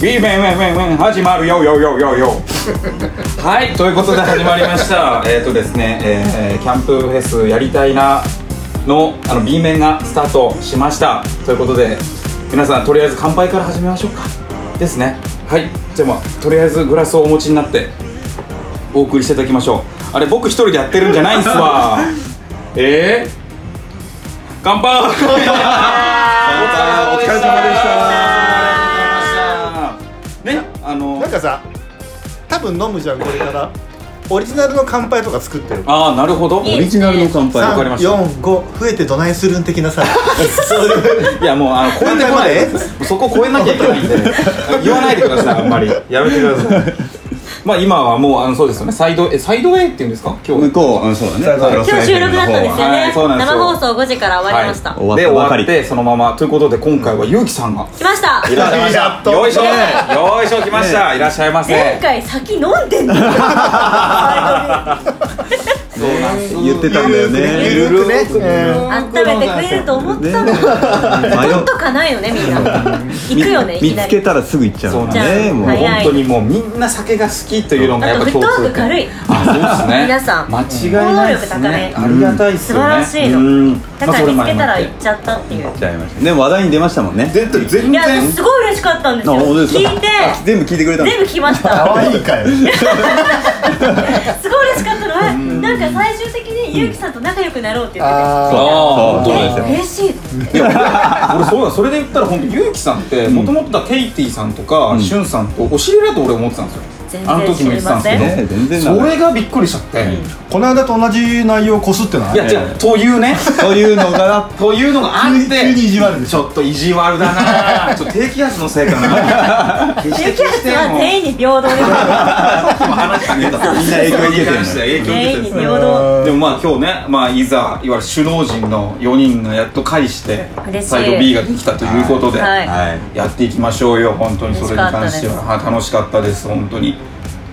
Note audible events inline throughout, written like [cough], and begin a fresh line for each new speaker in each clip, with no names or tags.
ビーメンメンメンメン始まるよよよよよはいということで始まりました [laughs] えっとですね、えーえーキャンプフェスやりたいなのあの B 面がスタートしましたということで皆さんとりあえず乾杯から始めましょうかですねはいじゃあまあとりあえずグラスをお持ちになってお送りしていただきましょうあれ僕一人でやってるんじゃないんす [laughs] わえー乾 [laughs] 杯お疲れ
お疲れ様でした
ね、あの
なんかさ多分飲むじゃんこれからオリジナルの乾杯とか作ってる
ああなるほどオ
いいですねオリジナルの乾
わかりました
345増えてどないするん的なさ
いやもうあの超えてこない
何回
そこ超えなきゃいけないんで [laughs] 言わないでくださいあんまりやめてください [laughs] まあ今はもうあのそうですよねサイドえサイドウェイっていうんですか今日
向こう、うん、そうだね。
今日収録だったんですよね、
はいそうなんですよ
生放送5時から終わりました、
終わった
で終
ばか
わっ
り
てそのままということで今回はゆうきさんが
来ました
いらっしゃいまし
やったと
よいしょよいしょ来ましたいらっしゃいませ
前回先飲んでんのあ
そうなんです
言ってたんだよね。
ゆるくねゆるくね
温めてくれると思ったの
ね
に取っとかないのねみんな行くよねい
見
きなり
つけたらすぐ行っちゃう
そう
も
なん
ん
で
じ
ね。
ゃあ
もう、
はい
本当にもうみんな酒が好きというのがや
あ
っ
と
ぱ
フット
共
ワー
通
ク軽い
あそうですね
皆さん
間違いないですね
行
ありがたいですよね
うん素晴らしいの
うん
だから見つけた
ま
ら行
あそれもありま
っちゃったっていう
行っちゃいました。で、話題に出ましたもんね。
す全
い
然
や私すごい嬉しかったんですよ
あ本当ですか
聞いて
全部聞いてくれたの
全部聞きまし
可
た
愛いかよ
すごい嬉しかったのはなんか最終的にゆうきさんと仲良くなろうって言ってて
あ
あ
あ本
ーそ
当
う
です
なん
嬉しい
俺そうだそれで言ったら本当ゆうきさんってもともとだケイティさんとか、
ん
しゅんさんとお知り合いだと俺思ってたんですよ
全
あの
然
時
知
も言っ
り
てたん
ま
です
せ
け
ん
ど
ね全然
それがびっくりしちゃって、
この間と同じ内容こすってない
いや違うというね
というのが、
というのがあっ
急
て
に急に意地悪でし
ちょっと意地悪だな [laughs] ちょっと低気圧のせいかな [laughs] 決して
低気
決
圧
して
は
もう
全員に平等です
話してみたみんな影響受けてるして影響受けて
全
るん
員に
です
平
ね
等
でもまあ今日ね、まあ、いざいわゆる首脳陣の4人がやっと介して
嬉しい
サイド B ができたということで、
はい
はい。
やっていきましょうよ本当にそれに関してははい楽しかったです本当に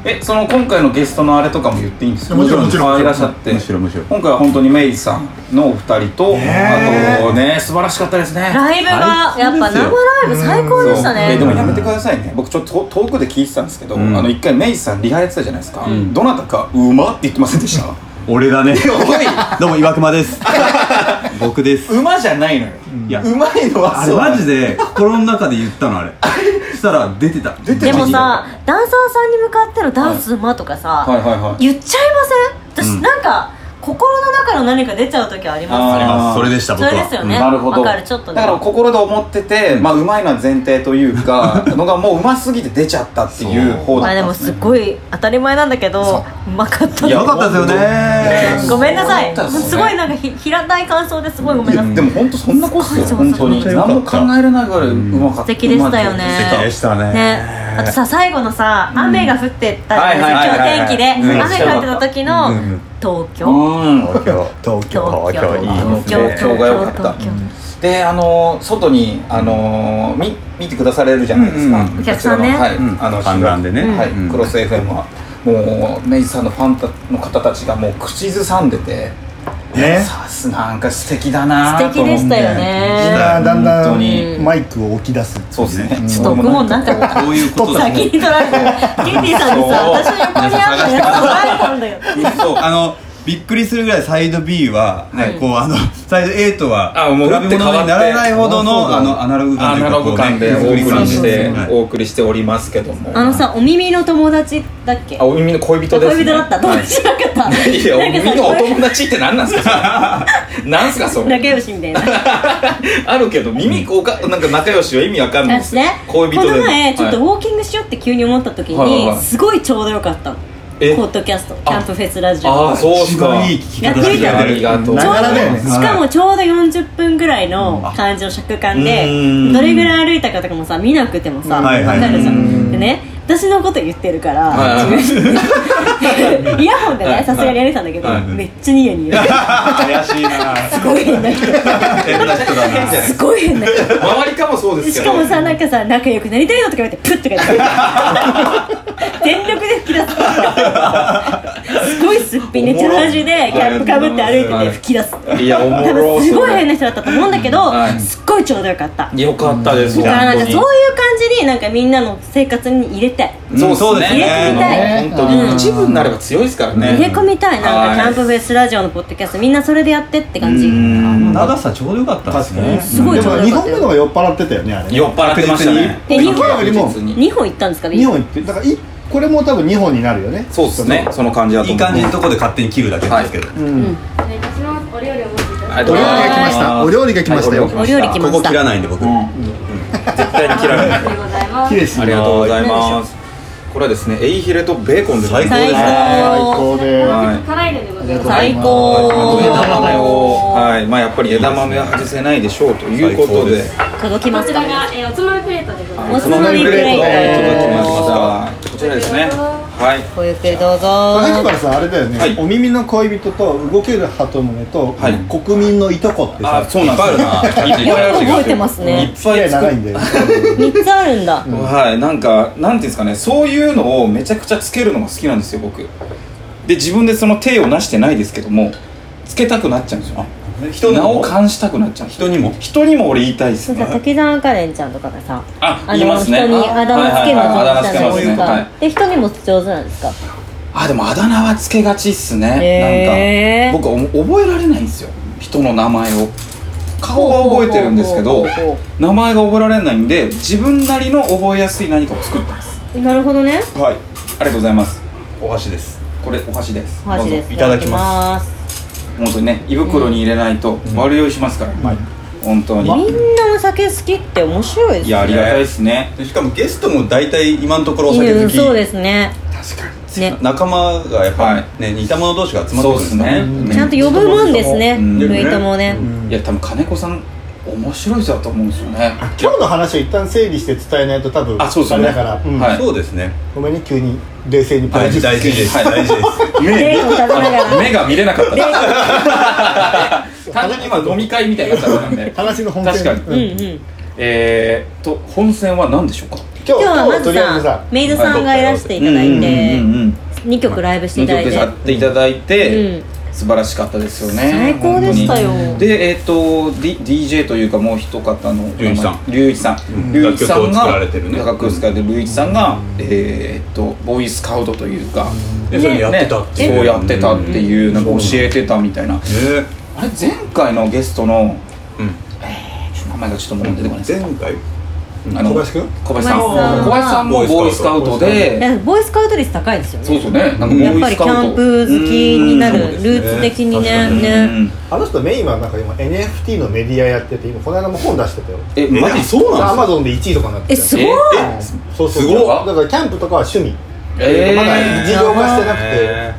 えその今回のゲストのあれとかも言っていいんですか
もちろんもちろん
あいらっしゃって
むしろむしろ
今回は本当にメイさんのお二人と、
ねえ
あとね素晴らしかったですね
ライブがやっぱ生ライブ最高
そう
でした
えでも
ね
やめてくださいね僕ちょっと遠くで聞いてたんですけど、
ん
あの一回メイさんリハやってたじゃないですか、
ん
どなたか「うま」って言ってませんでした
[laughs]
俺だね。
おい
どうも、岩熊です。 [laughs] 僕です。
馬じゃないのよ、
いや
うまいのは
あれ、
そう
マジで、心の中で言ったの、あれ。そしたら、出てた。出
でもさダンサーさんに向かってのダンス馬とか
はい
さ
はいはい
言っちゃいません私なんか心の中の何か出ちゃう時ありま
あ
すよ
ー
それでした、
そ
僕
れです
は。
よね
なるほど
わかるちょっとね
だから心で思ってて、まあうまいのは前提というかのがもううますぎて出ちゃったっていう方
ま
だっ
あで
たん
も
です
すごい当たり前なんだけどうまかった
よかったですよね。
ごめんなさい
そうだったんですね
すごいなんかひ平たい感想ですごいごめん
い
な
や
さい
でも本当そんなコスト
す
よ
ごい
本当に
めっちゃ良
何
か
も
っ
考
た
えられないぐらいうまかった
素敵でしたよね
素敵でし
した
ね、あとさ最後のさ雨が降ってたじゃないですか、
はいはいはいはい
今日天気で、
うん
雨が降ってた時の、
うん
東京、
たうん
東京東
東京東京東京
東京が良かった
東京
であの外にあのみ見てくだされるじゃないですか、
うんうん
お客さんね
こちらのはい、
うん
あの
観覧でね
はい、
うん
クロス FM はもう明治さんのファンたの方たちがもう口ずさんでて
ね
さすなんか素敵だなと思
素
って
敵でしたよ
みん
ね
なだんだ
本当に
んマイクを置き出す
そうですね
ちょっと僕もなんか
こういうことだ
先に取られてケンティさんにさ
そう
私の横にあったやつ取られたん
[laughs]
だよ
そうあのびっくりするぐらいサイド B は、
はい
こうあのサイド A とは
あもう
比べ
打って変
物
わ
にならないほどのあのアナログ感
ア
という
ナ
か
ログ感でお
こうね手
送り
作感
して
はい
お送りしておりますけども
あのさお耳の友達だっけ
あお耳の恋人です、ね、
恋人だった友達だった
はいいやお耳のお
なんか
友達って何なん
[laughs]
すかそれなんすかそ
さ
れ
仲良しみたいな
あるけど耳こうかなんか仲良しは意味わかんないで
私
す
ね
恋人
こ
で
の前ちょっと
はい
ウォーキングしようって急に思った時に、
はいはいはい
すごいちょうどよかったの
え
ポッドキャストキャンプフェスラジオ
ああそうっす
一
か
番いい聞き方して
や
あ
っ
くれ
り
てる
がとう
ちょうど
ながらだよね
しかもちょうど40分ぐらいの感じの尺感で
うん
どれぐらい歩いたかとかもさ見なくてもさ
はい
分
はい
かるじゃ
うんん
でね私のこと言ってるから、
はいはい
自分
[laughs]
イヤホンで
はいは
ね
い
さすがにやれてたんだけど、
はい
めっちゃニヤニ
[laughs]
ヤ
怪しいな
すごい変な人
変な人だな
すごい変な人
周りかもそうです
し
けど
かもさなんかさ仲良くなりたいのとか言われてプッとか言って
[laughs]
全力で吹き出すすごいすっぴんで
お
チ
も
ャ
ろ
ラジでキャップかぶって歩いて
はい
て吹き出す
いやおも
多
ろ
分すごい
それ
変な人だったと思うんだけど、
はい
すっごいちょうどよかった
よかったです
だからなんか
本
そ
当に
ういう感じになんかみんなの生活に入れて
そうそうです
入れてみた
ね
い
本当に
うん
一部になれば強いですからね
入れ込みたいなん
は
か
い
キャンプフェスラジオのポッドキャストみんなそれでやってって感じ
うん
長さちょうどよかったです
確かに
ね
ね
すごい
でも2本目の方が酔っ払ってたよねあれ
酔っ払ってましたね
え日本
よりも
確実に
2本行ったんですか
2本いってだからいこれも多分2本になるよね
そうですねその感じだと
いい
思
感じのとこで勝手に切るだけなんですけど、
う
うんん
ありがとうござい
お料理が
お料理を持っていただいて
来ましたお料理が来ましたよ
はい
お料理来
こ
ま
こ
し
切ら
た
ないんで僕、
うん絶対に切らない
ありがとうございます
綺麗です
ありがとうございますこれはですねエイヒレとベーコンでございます
最高
最高で
ですね
はい
辛いのでございます
最
あ
高
と枝豆をはいまあやっぱり枝豆は外せないでしょうということで
届きま
こ
し
ち
た
らが、えーおつまみプレートでござい
お
ま
つ
す
まみプレート
はい届きましたこちらですねはい
ごゆっくりどうぞ
さっきからさあれだよね、
はい
お耳の恋人と動ける鳩胸と、
はい
国民のいとこって
あ
さ
そうなんですいっぱいあるな
覚えてますね
いっぱい作
長
っ
いんだ
[laughs]
よね
3つあるんだ
はい、なんか、なんていうんですかね、そういうのをめちゃくちゃつけるのが好きなんですよ、僕。で、自分でその手をなしてないですけども、つけたくなっちゃうんですよ。
人に
名を
も
冠したくなっちゃう。
人にも
人にも俺言いたいです
そう
ね
さ。滝沢カレンちゃんとかがさ
あ、
あ
言いま
の
す
人
ね。
にあだ名つけるの上手じ
はいはいはいあ
ゃない
だ名つ
で
けますすね。は
か
い。
で人にも上手なんですか
あ、でもあだ名はつけがちっす
へ
ね。
ー
なんか、僕おも覚えられないんですよ。人の名前を。顔は覚えてるんですけ
ほう
ど
ほうほうほう、
名前が覚えられないんで、自分なりの覚えやすい何かを作ったんです。
なるほどね
はい、ありがとうございます。
お箸です
これお箸です。
お箸です
いただきます
本当にね胃袋に入れないと悪酔いしますから、本当に、
みんなお酒好きって面白いですね
いやありがたいですね
でしかもゲストも大体今のところお酒
う
好
ん
き、
そうですねね
仲間がやっぱ
は
ね、似た者同士が集まっ
そ
て
うで
くるんですすね
ね、
ちゃんと呼ぶもんですね
うん
ルイともね
うんいや多分金子さん面白い人だと思うんですよね
今日の話を一旦整理して伝えないと多分
あそうです
あ
よ
れ
ね
だから、うん
はい
そうですね
ごめんね急に冷静にプロ
大
デュ
事
ー
大
ス
事です、
はい
大事です
レイを食べながら
目が見れなかった [laughs] 単純に今飲み会みたいになっちゃったん [laughs] で
話の本線
確か
うん
うん
うん
えー、と本戦は何でしょうか
今
今
日
日はま
と
ず
りあえず
さ
さ
メイドさんがいらしていただいて
うんうんうんうん
2曲ライブしていただい
二
て
曲やっていただいて、
うん
素晴らしかったですよね
最高でしたよ
本当にでえっ、と、D、DJ というかもう一方の
龍一さん
龍一さ
うんん
龍一さん
楽曲を作ら
が
れてるね
楽曲を作られてる龍一さんが、えっ、とボーイスカウトというか、
でそれやってたってい
そうやってたっていう、なんか教えてたみたいな、
ね
あれ前回のゲストの
う
ちょ
ん
っと名前がちょっともう出てこないです
前回
あの
小林君
小林さん
小林さんは
小林さんもボーイスカウトで
いやボーイスカウト率高いですよ
そう
ね
ですよねなんかボ
やっ
ー
ぱ
イ
り
スカ
キ
ウト
ャンプ好きにな
うん
るルーツ的にね
うん
ね
あの人メインはなんか今 NFT のメディアやってて今この間も本出してたよ
えマジ
そう
ア
なんで
マゾンで1位とかになって
え
たよ
すごい
え
そうそう
すごい
だからキャンプとかは趣味
えー
まだ事業化してなくて
え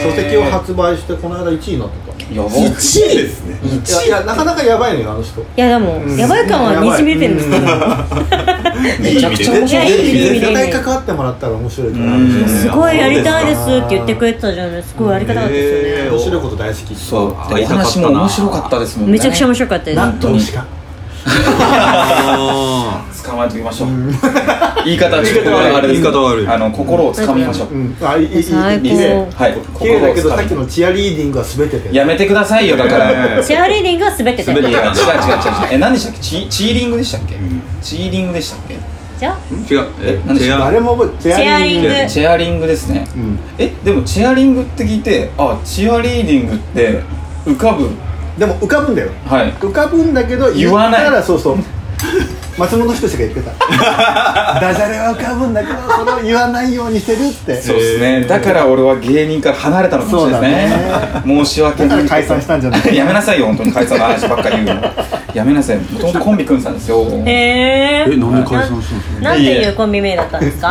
ー
書籍を発売してこの間1位になって
やば
す1位ですね
たいやいやなかなかやばいのよあの人
いやでも
うん
やばい感はにじみ出てるんですけど
めちゃくちゃ面
いや
白い
いい意味でいい意味で
絶対関わってもらったら面白いから
うん
すごいやりたいですって言ってくれてたじゃないすごいありがたかったですよね
面白いこと大好き
そう
会い
お
たかっ
話
たな
も面白かったですもんね
めちゃくちゃ面白かったです
なんとしか
あ
捕まえておきましょう言い方はちょっとあれですけど
言い方悪い
あの心をつかみましょう
うんあいいいいいい
最高
いいね
はい
綺麗だけどさっき
心をつか
のチアリーディングは全てだよ
みやめてくださいよだから
チェアリーディングが滑って
[laughs]
た
いや違う違う違う違
じ
うえ何でしたっけチチーリングでしたっけチーリングでしたっけ
ゃあ
ー違うえ
何でし
違
た
う
誰も覚えて
チェアリング
チェアリングですね
うん
えでもチェアリングって聞いてあチアリーディングって浮かぶ
でも浮かぶんだよ
はい
浮かぶんだけど
言わない
ったらそうそう松本人志が言っ
[laughs]
てたダジャレは浮かぶんだけどそれを言わないようにしてるって
そうですね、
えー
だから俺は芸人から離れたのかもしれないです
そう
ね申し訳
だか
な
ら
い
解散したんじゃな
[laughs]
い
やめなさいよ本当に解散の話ばっかり言うのやめなさいもともとコンビ組んでたんですよ
へえ
なんで解散したんですか
なんていうコンビ名だったんですか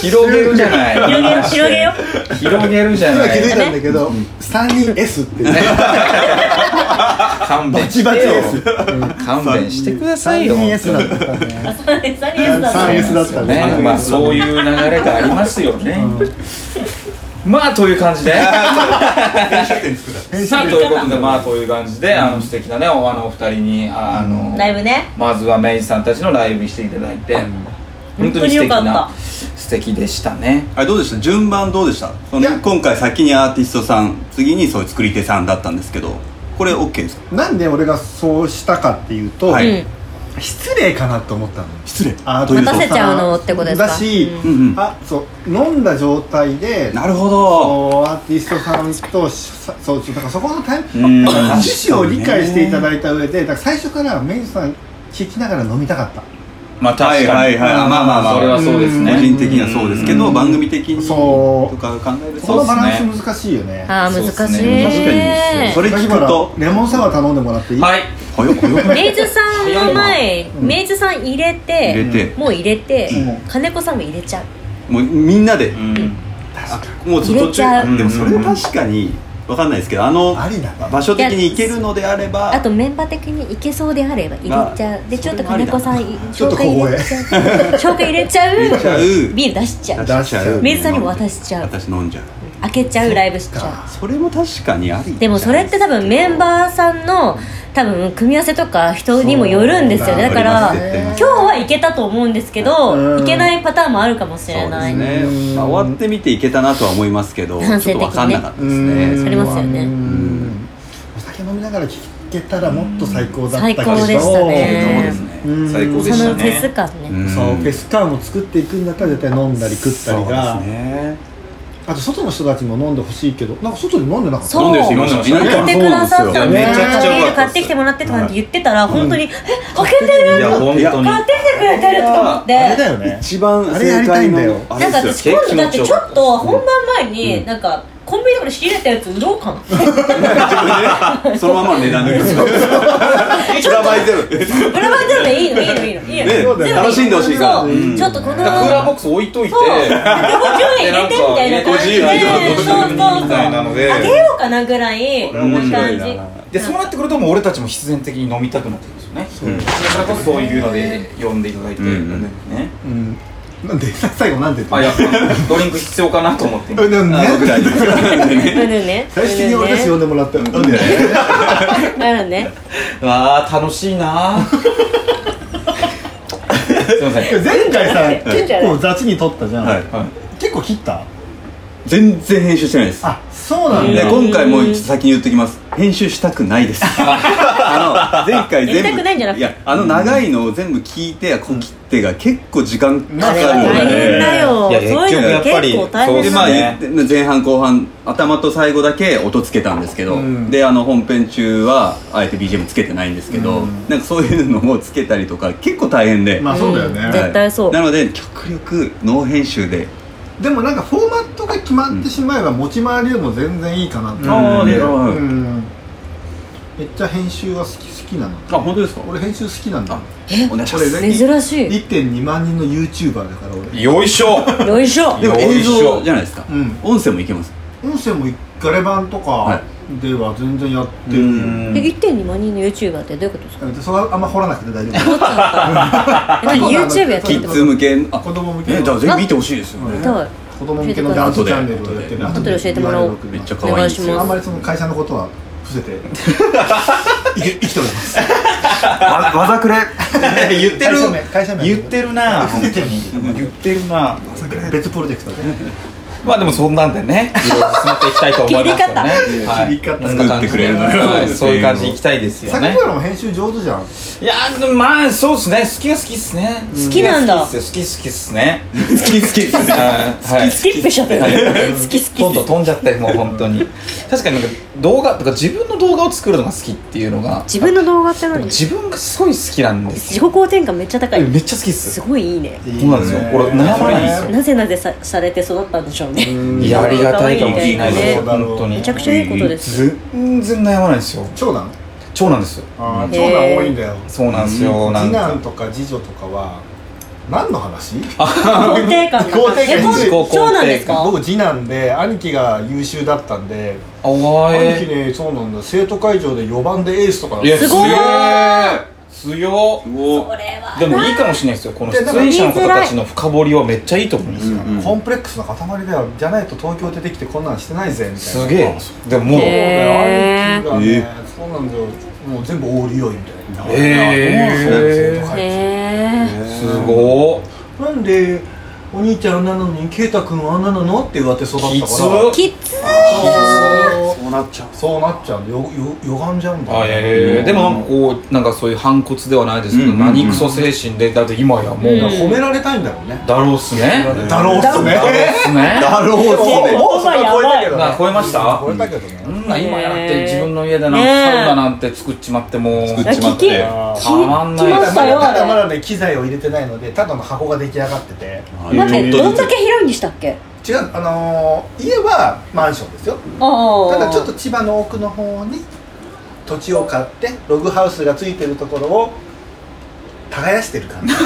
広げるじゃない
広げよ広げよ
広げるじゃ
今
な
気づい
い
たんだけど3人 S っていう
勘
バ
弁
チ
し
バチ
てよ
S
勘弁してください
3
よ
人 S だったね
サニーズだった
三 S だったね
ねまあそういう流れがありますよね、まあという感じで [laughs] さあということでまあという感じであの素敵なねおあのお二人にあの
ライブね
まずはメイさんたちのライブにしていただいて、本当に素敵
本当に良か
な
っ
素素敵でしたね
あれどうでした順番どうでしたそ
い
の
や
今回先にアーティストさん次にそういう作り手さんだったんですけどこれ OK ですか
なんで俺がそうしたかっていうと、
はい
失礼かなと思ったの
失礼
あ
というと
待
たせちゃうのってことですか
だし、
うんうん
あそう飲んだ状態で
なるほど
こうアーティストさんとしさそうちょっとだからそこのタイ
う
プ
ん
趣旨を理解していただいた上でだから最初からメインさん聞きながら飲みたかった
まあ確
は
か
い
に、
はいはいあまあまあまあ
それはそうですね
個人的にはそうですけど番組的に
そう
とか考えると
このバラ
そうっ
ン
す
ス難しいよね
ああ難しい
そうですね確かに
それ聞くと
だからレモンサワー頼んでもらっていい、
はい
ほよほよ
[laughs] 明治さんの前明治さん入れ
入れ
て
て
もう入れて
う
金子さんも入れちゃう
もうみんなで
うん
もうちょっと途
入れ
ちゃう
中でもそれ確かにわかんないですけどあの
ありだね
場所的に行けるのであれば
あとメンバー的にいけそうであれば入れちゃうでちょっと金子さん
ちょっ
紹
と
介
小
入
声
れちゃう紹介入れちゃ
入れちゃう
うビール出しちゃう
出しちゃう
明治さんにも渡しちゃう
私飲んじゃう
開けちゃうライブしちゃ
それも確かにあり
うでもそれって多分メンバーさんの多分組み合わせとか人にもよるんですよねだから
そうだね
今日はいけたと思うんですけど
うん
いけないパターンもあるかもし
そうで
れな
す
い
ね
うん
終わってみていけたなとは思いますけどちょ
反
っ
省的にね
とわかんなかったです
うん
ね
ありますよね
うんお酒飲みながら聞けたらもっと最高だったけど
最高でした
そう
ね
ですね
うん
最高で
そ
し
の
た
フェス
ね
感ね、
ん
そうフェス感を作っていくんだったら絶対飲んだり食ったり
そう
が、
ですね
あと外の人たちも飲んでほしいけどなんか外で飲んでなかった
そう
飲んでる人いま
飲んでま
し
したた
買ってくださったんで
いやめちゃくちゃ
ビ
良か
ール
ったです
買ってきてもらってとかって言ってたら本当に「え開けてる
いや本当に
買ってきてくれてる!」とか思っ
あれだ
て
よね
一番
あれやりたいんだよ
正解のあ
な
れ
んか
で
私
すよ
今度だってちょっと本番前
う
に
ん
なんかコンビニとかで仕入れたやつ売ろうかな
そのまま値段抜きます裏ばいてる
ブラバイゼロでいいのいいのいいのいいの全
ね
部いいの
楽しんでほしいから
そう
うん
ちょっとこの
だからクーラーボックス置いといて
そうで50円入れてみたいな感じで
なんか入れて
そうそう
50円みたいな
そ
の
う
で
あげようかなぐらいな
面白
感
い
じ
な
でそうなってくるともう俺たちも必然的に飲みたくなってくるんですよねうんだからこそそういうので呼んでいただいて
うんうん
ね
うんなんで最後なんでって
あいや [laughs] ドリンク必要かなと思って
うんでもね
[laughs]
うんね
最終的に俺たち呼んでもらったよなんで
なるね
わあ楽しいな [laughs] すいません
前回
[laughs]
さ
いいんじ
結
ゃない
構雑に撮ったじゃん、
はい
はい
結構切った
全然編集してないです
あそうなん
で
だ
今回もう先に言っときます編集したくないですあの前回全部
やりたくないんじゃなくて
やあの長いのを全部聞いて小切手が結構時間かか
あ
る
れは
の
大変
で
だよ
いや
そういうの結構大
そう
変
で
ですまあ
ね
言って前半後半頭と最後だけ音つけたんですけど、
うん
であの本編中はあえて BGM つけてないんですけど、なんかそういうのをつけたりとか結構大変で、
まあそうだよね、
うん絶対そう
なので極力ノー編集で
でもなんかフォーマットが決まってしまえば持ち回りでも全然いいかなって
あー
うん
なるほど
うんめっちゃ編集は好き好きなの
あ本当ですか
俺編集好きなんだ
お願いしま
これ
す
ね
珍しい
1.2万人の YouTuber だから俺
よいしょ
よいしょ
でも
よ
映
いしょ
像じゃないですか、
うん
音声もいけます
音声もガレ版とかでは全然やってるよ、
え1.2万人の YouTuber ってどういうことですか
うんそれはあんま掘らなくて大丈
え何 YouTube やって
キ
るって
ッ
こ
ズ向けあ
夫子供向け
ね、だから
の
全部見てほしいですよね。
と
子供向けのダンスチャンネルをやってる
後で教えてもらおう
めっちゃ可
お
愛いん
願
で
い
す
し
よ。
あんま
ま
りその会社のことは伏せて生き生きております
わざくれ [laughs] 言ってる
会社名会社名
言ってるな本当
[laughs]
に言ってるな
別プロジェクトで
まあでもそんなんでねいろいろ進めていきたいと思いますよね
[laughs] 切り
は
方
い
切り方
作ってくれるのよ
はいそういう感じでいきたいですよ
さっき
ね
からも編集上手じゃん
いやーまあそうですね好きは好きっすね
好きなんだ
好きっすよ好き好きっすね
好き好きですね。
はい
スキップしちゃったよ好き
ど
好
ん
き
どん飛んじゃってもう本当に確かになんか動画とか自分の動画を作るのが好きっていうのが
自分の動画って何
自分がすごい好きなんです
自己
よ
肯定感めっちゃ高い
めっちゃ好きっ
す
す
ごいいいね
そうなんですよこれ悩まないんですよ
なぜなぜさされて育ったんでしょうね
いやありがたいかもしれないです
そうだろう
本当に
めちゃくちゃいいことです
全然悩まないんですよ
長男
長男ですよ
ああ
ん
長男多いんだよ
そうなんですよなん
次
か
男とか次女とかは何の話
肯定感
肯定感
え
自己
肯定感
そうなんですか
僕次男で兄貴が優秀だったんで
お
兄貴
ー
ねそうなんだ生徒会長で4番でエースとかだっ
いや
た
すごい
強い強
お
これは
でもいいかもしれないですよこの
で
出
なんか
演者の方たちの深掘りはめっちゃいいと思うんですよ
コンプレックスの塊だよじゃないと東京出てきてこんなんしてないぜみたいな
すげえでももう
へ
えー、兄
へ
貴がねそうなんだよもう全部オールよいみたいな
えー
そうなんですよ生徒会長
へえ
すごー
なんで
お兄ちゃんあんなのに圭太君はあんななのって言われて育ったから
きつ
きつい
そうなっちゃう
そうなっちゃうんだよよ歪んじゃうんだよ
あええでもなんかこうなんかそういう反骨ではないですけど、
うんうんうん
何クソ精神でだって今やもう、
うん
褒められたいんだろうね
だろうっすね
だろうっすね
だろうっすね
だろうっすね
もうそれは超えたけど
な
ね
超えました
超えたけどね
うん今やって自分の家でなんか
ねえ
サウナなんて作っちまってもう
作っ
あ
ちまっ
聞き
て
あー
たまんない
聞
ただ
きまし
ま
たよ
だただまだね機材を入れてないのでただの箱が出来上がってて
待ってどんだけ広いんでしたっけ
違うあのー家はマンションですよ
ああ
ただちょっと千葉の奥の方に土地を買ってログハウスがついてるところを耕してる感じそ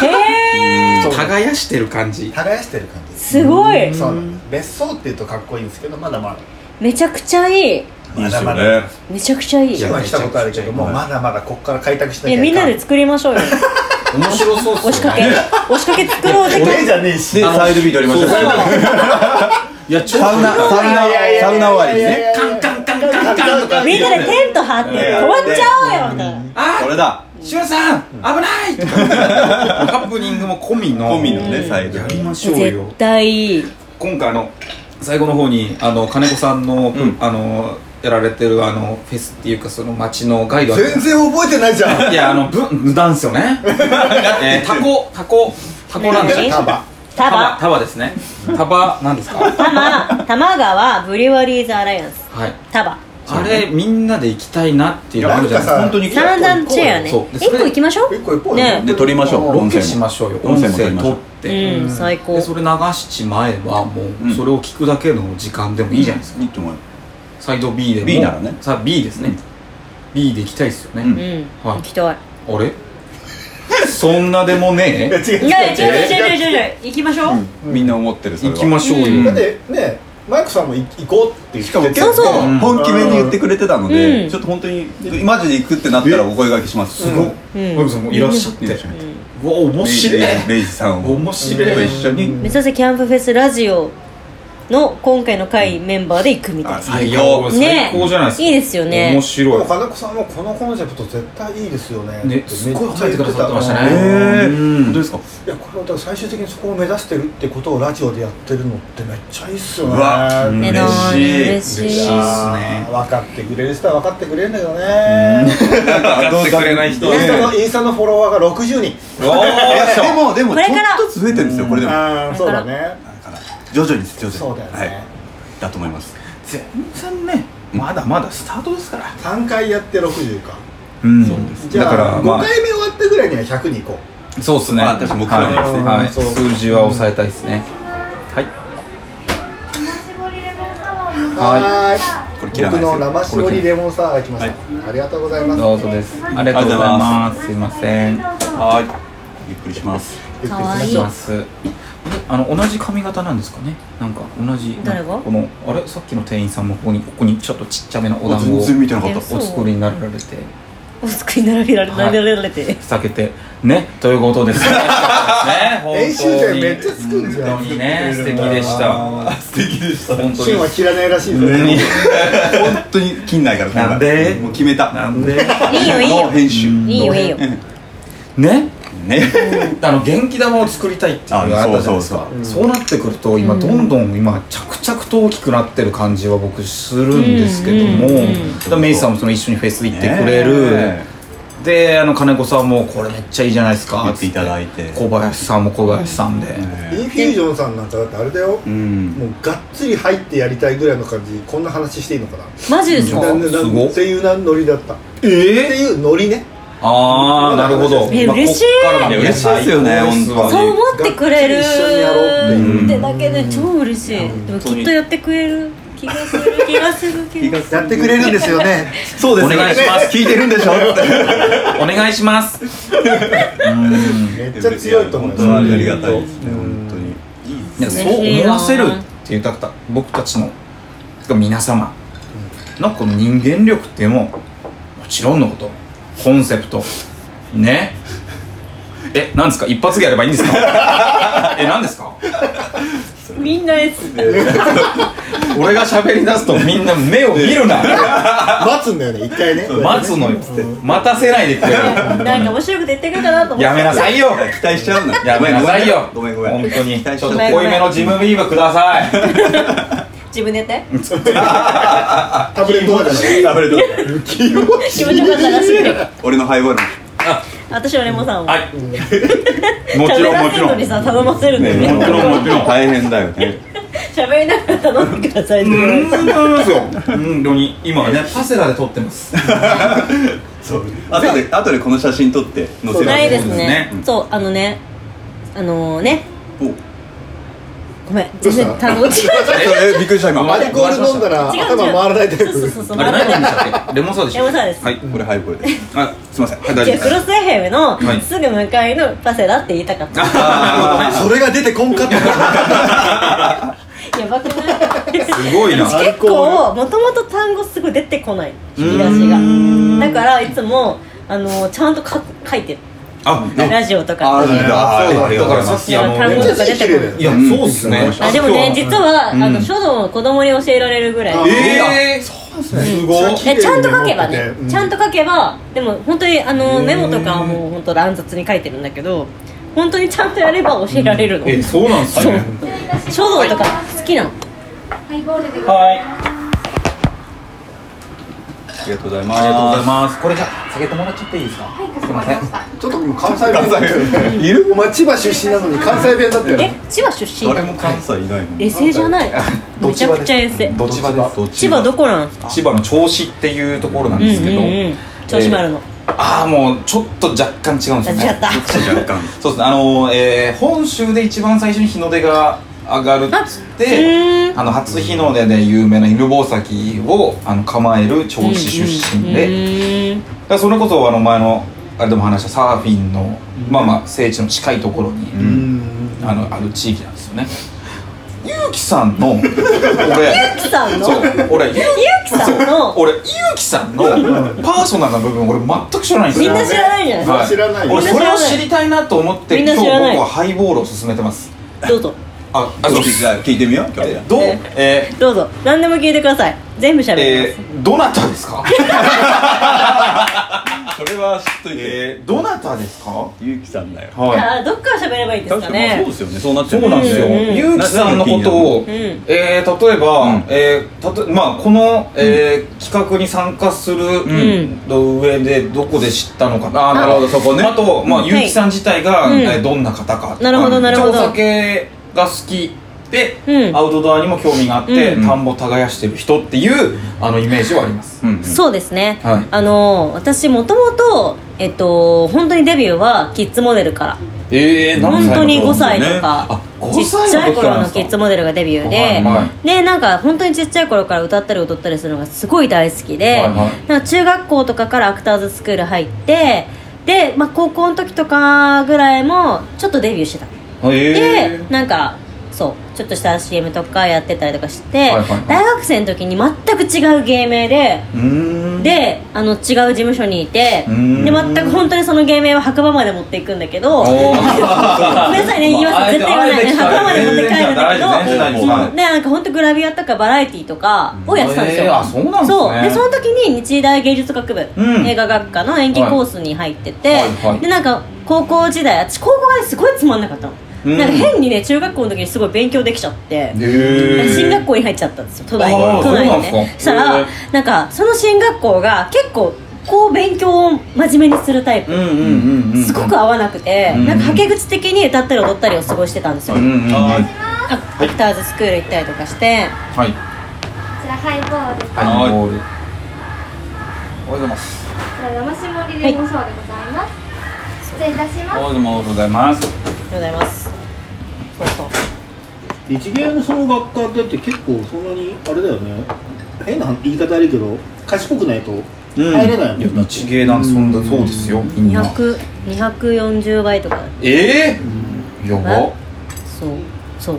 う
[laughs] 耕してる感じ
耕してる感じ
すごい
そうなんです別荘っていうとかっこいいんですけどまだまだ
めちゃくちゃいい
いいですよ
まだま
ね
だ
めちゃくちゃいい
千
い
葉来たことあるけども
はい
まだまだこっから開拓しなきゃい
や
けない
みんなで作りましょうよ
面白そうっすよね
押しかけ押しかけ作ろうぜ
俺じゃねえし
でサイドビートやりましょう
そういやちょっ
サウナサウナサウナ終わりですね
カンカンカンカンカンとか
みんなでテント張って止まっちゃおうよみたいな
これだ
志麻さん危 [laughs] ないとかカップリングも込みの
込みのねサイド
やりましょうよ
絶対いい
今回あの最後の方にあの金子さんの、
ん
あのやられてるあのフェスっていうかその街のガイドあるじゃ
全然覚えてないじゃ
ん
ん
いやあのぶなんですよ [laughs] ね、えー、タコタコタコなんですよ
何
タバ
タ
タバ
バ
タバですねタバなんですかは
タマ玉川ブリュワリーズアライアンス
い
タバ
あれみんなで行きたいなっていうのあるじゃないですか
なんかさ
に
散々チェアね
そうで
一個行きましょう
一個一個
ね
で撮りましょう
ロケしましょうよ音
音声
声
も撮りましょ
撮
う
って、
うん最高
でそれ流しちまえばも
う
うんそれを聞くだけの時間でもいいじゃないですか、
いいと思うよ
サイド B でも
B ならね
さあ B ですね、B で行きたいですよね、
うん
うん
はい
行きたい
あれ [laughs] そんなでもね
いや違う違う
いやいや違う
違う
違う違う違う行きましょう
みんな思ってるそれ
行
は
きましょうよ、
うん
だってねマイクさんもい行こうって言ってしかも
そうそう
うん
本気めに言ってくれてたので、
うん
ちょっと本当にマジで行くってなったらお声掛けします
すごっ
うん
マイクさんもいらっしゃって、
うん
うわ面白い
レイレイジさんを
面白
と
い
一緒に
目指せキャンプフェスラジオの今回の会メンバーで行くみた
あ
い
最
いや
高
最高じゃないですか、
ねいいですよね
面
で
白
も
い
金子さんもこのコンセプト絶対いいですよね
ね
って
すっごい褒めてくださってました
めっちゃ言って
ね
え
うん
ー、どうですか
いやこれはだから最終的にそこを目指してるってことをラジオでやってるのってめっちゃいいっすよね
うわうん
ね
嬉しい
嬉し
嬉し
い
いっす
あ
ね
ー分かってくれる人は分かってくれるんだけどね
なんか分かってくれない人
インスタ
[laughs]
のインスタのフォロワーが60人
おー
いやでもでも
こ
ち
れ
ょ
から
っとずつ増えてるんですよこれでもだ
ああそうだね
から徐々にです徐々に
そうだよね、
はい、だと思います
全然ねまだまだスタートですから
3回やって60か
うん
じゃ
だ
あ
からま
5回目終わったぐらいには100に行こう
あそうですね
まあ私目標ですね
はいはい
そう
数字は抑えたいですねはいはい
は
これ
ー
切
い
らな
僕の
いですよ
生搾りレモンサワーが来ました、ありがとうございます
どうぞです。ありがとうございます。すいません。はい。
ゆっくりします
ゆっくりしましょう
かわい
し
い
ます。えあの同じ髪型なんですかね。なんか同じ。
誰が
このあれさっきの店員さんもここにここにちょっとちっちゃめのお団子
全
を
然見てなかった
えそう
お作りになられて
お作り並べられ並べられて
避けてねということですね。ね本
編集
当
点
に
めっちゃつくんじゃん
本当にね素敵でした。
素敵でした
本当
シンは
に。
切らないらしいぞ、
本当に切んないから
なんで
もう決めた
なんで
いいよいいよ
もう編集
いいよいいよ
ね。
ね
あの元気玉を作りたいっていうのがあったじゃないですか
あ
そうなってくると今どんどん今着々と大きくなってる感じは僕するんですけども、
うんうん
だからメイさんもその一緒にフェス行ってくれる、
ね
であの金子さんもこれめっちゃいいじゃないですか
言っていただいて
小林さんも小林さんで、
インフュージョンさんなんかだってあれだよ、
うん
もうがっつり入ってやりたいぐらいの感じこんな話していいのかな
マジですか
なん
すごっ
っていうなノリだったって
え
いうノリね
ああなるほど
え
まあ
嬉しい
こっからなんで
いや嬉しいですよね
最高ですわ
そう思ってくれる
がっつり一緒にやろうっていう
うん
ってだけで超嬉しいでも
当に
きっとやってくれる気がする気がする気がする
やってくれるんですよね
そうですね
お願いします
聞いてるんでしょ
[laughs] お願いします
めっちゃ強いと思います
本当にありがたいですね本当にいいですね
なんかそう思わせるっていうだから僕たちのてか皆様のこの人間力っていうのももちろんのことコンセプトね [laughs] えなんですか一発芸やればいいんですかえなんですか
それ
みんなやつ
俺が喋り出すとみんな目を見る
[laughs]
な
待つんだよね一回ね
待つのよっつって待たせないでくれよ
なんか面白くて言ってくるかなと思って
やめなさいよ
期待しちゃうな
やめなさいよ
ごめんごめん
本当に
期
ちょ
待
っ
しちゃ
と
う
濃いめの自分ビーバーください
自分でやって
タブレットだから
ダブルドー
気持ちよかったらしい
俺のハイボール
私はレモさんを
はいもちろんもちろ
の
ん
にさ頼ませるんだよ
ね
ね
もちろんもちろん
大変だよね
喋りながら頼んでくださいって
う
言われて
んそうですよ本当に今ねパセラで撮ってます
あとで後でこの写真撮って載せる
ないです
そうです
ね
ね
そうあのねあのね
お
ごめん全然頼んで
えびっくりした今
今
アルコール飲んだら
違う違う
頭回らないタイプ
そうそうそうそう
あれ何でしたっけレモンサワーでし
レ
た
モンサワーです
はい
これハイボールです
あ
すいませんはい大
じゃ
丈夫
あクロスエヘムの
はい
すぐ向かいのパセラって言いたかった、
あ
それが出てこんかった
やばくない
ーすごいな
アル
結
コー
構もともと単語すごい出てこない引き出しがだからいつもあのちゃんとか書いてる
あ
ラジオと
あ
か
るんだ
そうだだからさっきあの
単語とか出てこない
いやそうっすね
あでもね実は、
うん
あの書道を子供に教えられるぐらい
あ
ええそうですねすごい
えちゃんと書けばね、
うん
ちゃんと書けばでも本当にあの
うん
メモとかはもう本当乱雑に書いてるんだけど本当にちゃんとやれば教えられるの、
えそうなんすね
失礼いたします
書道とか好きなの、
ハイボールでございます
はい
ありがとうござい
ありがとうござい
ま
ますこれじゃあ酒友達っていいですか
はい、かしこまりました。
ちょっともう関西弁いるお前千葉出身なのに関西弁だったよ
え千葉出
す
身
誰も関西いないもん
エセじゃないめちゃくちゃエセ
どっち場です
どっち
千葉どこなん
千葉の銚子っていうところなん
うんうん
ですけど、
うん調子もあるの、
ああもうちょっと若干違うんですよね
違った
どっち若干
そうですねあの、えー本州で一番最初に日の出が上がるっつっ
あへ
てあの初日の出で有名な犬吠埼をあの構える銚子出身で、だ
で
からそれこそあの前のあれでも話したサーフィンの、まあまあ聖地の近いところに、
うん
あのある地域なんですよね。ゆうきさんの俺
ゆうきさんの
そう俺ゆう
ゆうきさんの
俺ゆうきさんのパーソナルな部分俺全く知らないんです
みん
よ
な知らないんじゃない
は知らないよ
俺それを知りたいなと思って
みん
今
な
日
知
僕
らない
はハイボールを進めてます
どうぞ
ああ
あ
そ
そううじゃあ聞いてみよう今日
えどうえ
どうぞ何でも聞いてください全部喋
ー
り
え
ます、
ーどなたですか
それは知っとい
[laughs]
て
えーどなたですか
ゆうきさんだよ
はい
あーどっから喋ればいいんです
確
か
かにまあ
ね
そうですよねそうなっちゃ
そうなんですよ
うんうん
ゆうきさんのことを
ん
えー例えば、
うん
えーたとまあこの、えー企画に参加する
ん
の上でどこで知ったのかな
あなるほどそこね
あと、まあ、
い
ゆうきさん自体が、
うん
えーどんな方か
なるほど
あの
なるほど
お酒が好きで、
うん
アウトドアにも興味があって、
うん
田んぼ耕してる人っていうあのイメージはあります、
うん
そうですね、
はい
あのー私もともとえっと本当にデビューはキッズモデルから
えー何
本当
歳
に
の頃
5歳と
あ
か、
5
ちっちゃ
歳
い
の時から
頃
なんで
の
す
キ
か
ッズモデルがデビューで、
はいは
でなんか本当にちっちゃい頃から歌ったり踊ったりするのがすごい大好きで、
はいは
なんか中学校とかからアクターズスクール入ってで、まあ、高校の時とかぐらいもちょっとデビューしてた
え
でなんかそうちょっとした CM とかやってたりとかして、
はいはいはい
大学生の時に全く違う芸名で
ー、うーん
であの違う事務所にいて
う
で
ん
全く本当にその芸名は白馬まで持っていくんだけどごめんなさいね
[laughs]
言いますと絶対言わないね
まあ
白馬まで持って帰るんだけ
あえて
ど
あえて全然ない
でなんか本当グラビアとかバラエティーとかをやってたんです
へー
よ
あそうなんですね
そうでその時に日大芸術学部
うん
映画学科の演技コースに入って
は
て
いはい
でなんか高校時代私高校がねすごいつまんなかったの
うん
なんか変にね中学校の時にすごい勉強できちゃって
へー
進学校に入っちゃったんですよ都内
あー
に都内に
そうなんです
ね
か
そした
へ
ら
ー
なんかその進学校が結構こう勉強を真面目にするタイプ、
うんうんうんうん
すごく合わなくて、
うん
なんかはけ口的に歌ったり踊ったりを過ごしてたんですよ、
うんうんうんはい
アクアクターズスクール行ったりとかして
はい
こちらハイボールで。こ
はい
はい
おはようございます
ちら生絞りレモンサワーでございます。失礼いたします。
おはようございます
ありがとうございますそうそう
一芸のその学科だって結構そんなにあれだよね変な言い方悪いけど賢くないと入れないよね、
や日芸なんてそんなそうですよみんな
200 240倍とか
ええやば
そうそう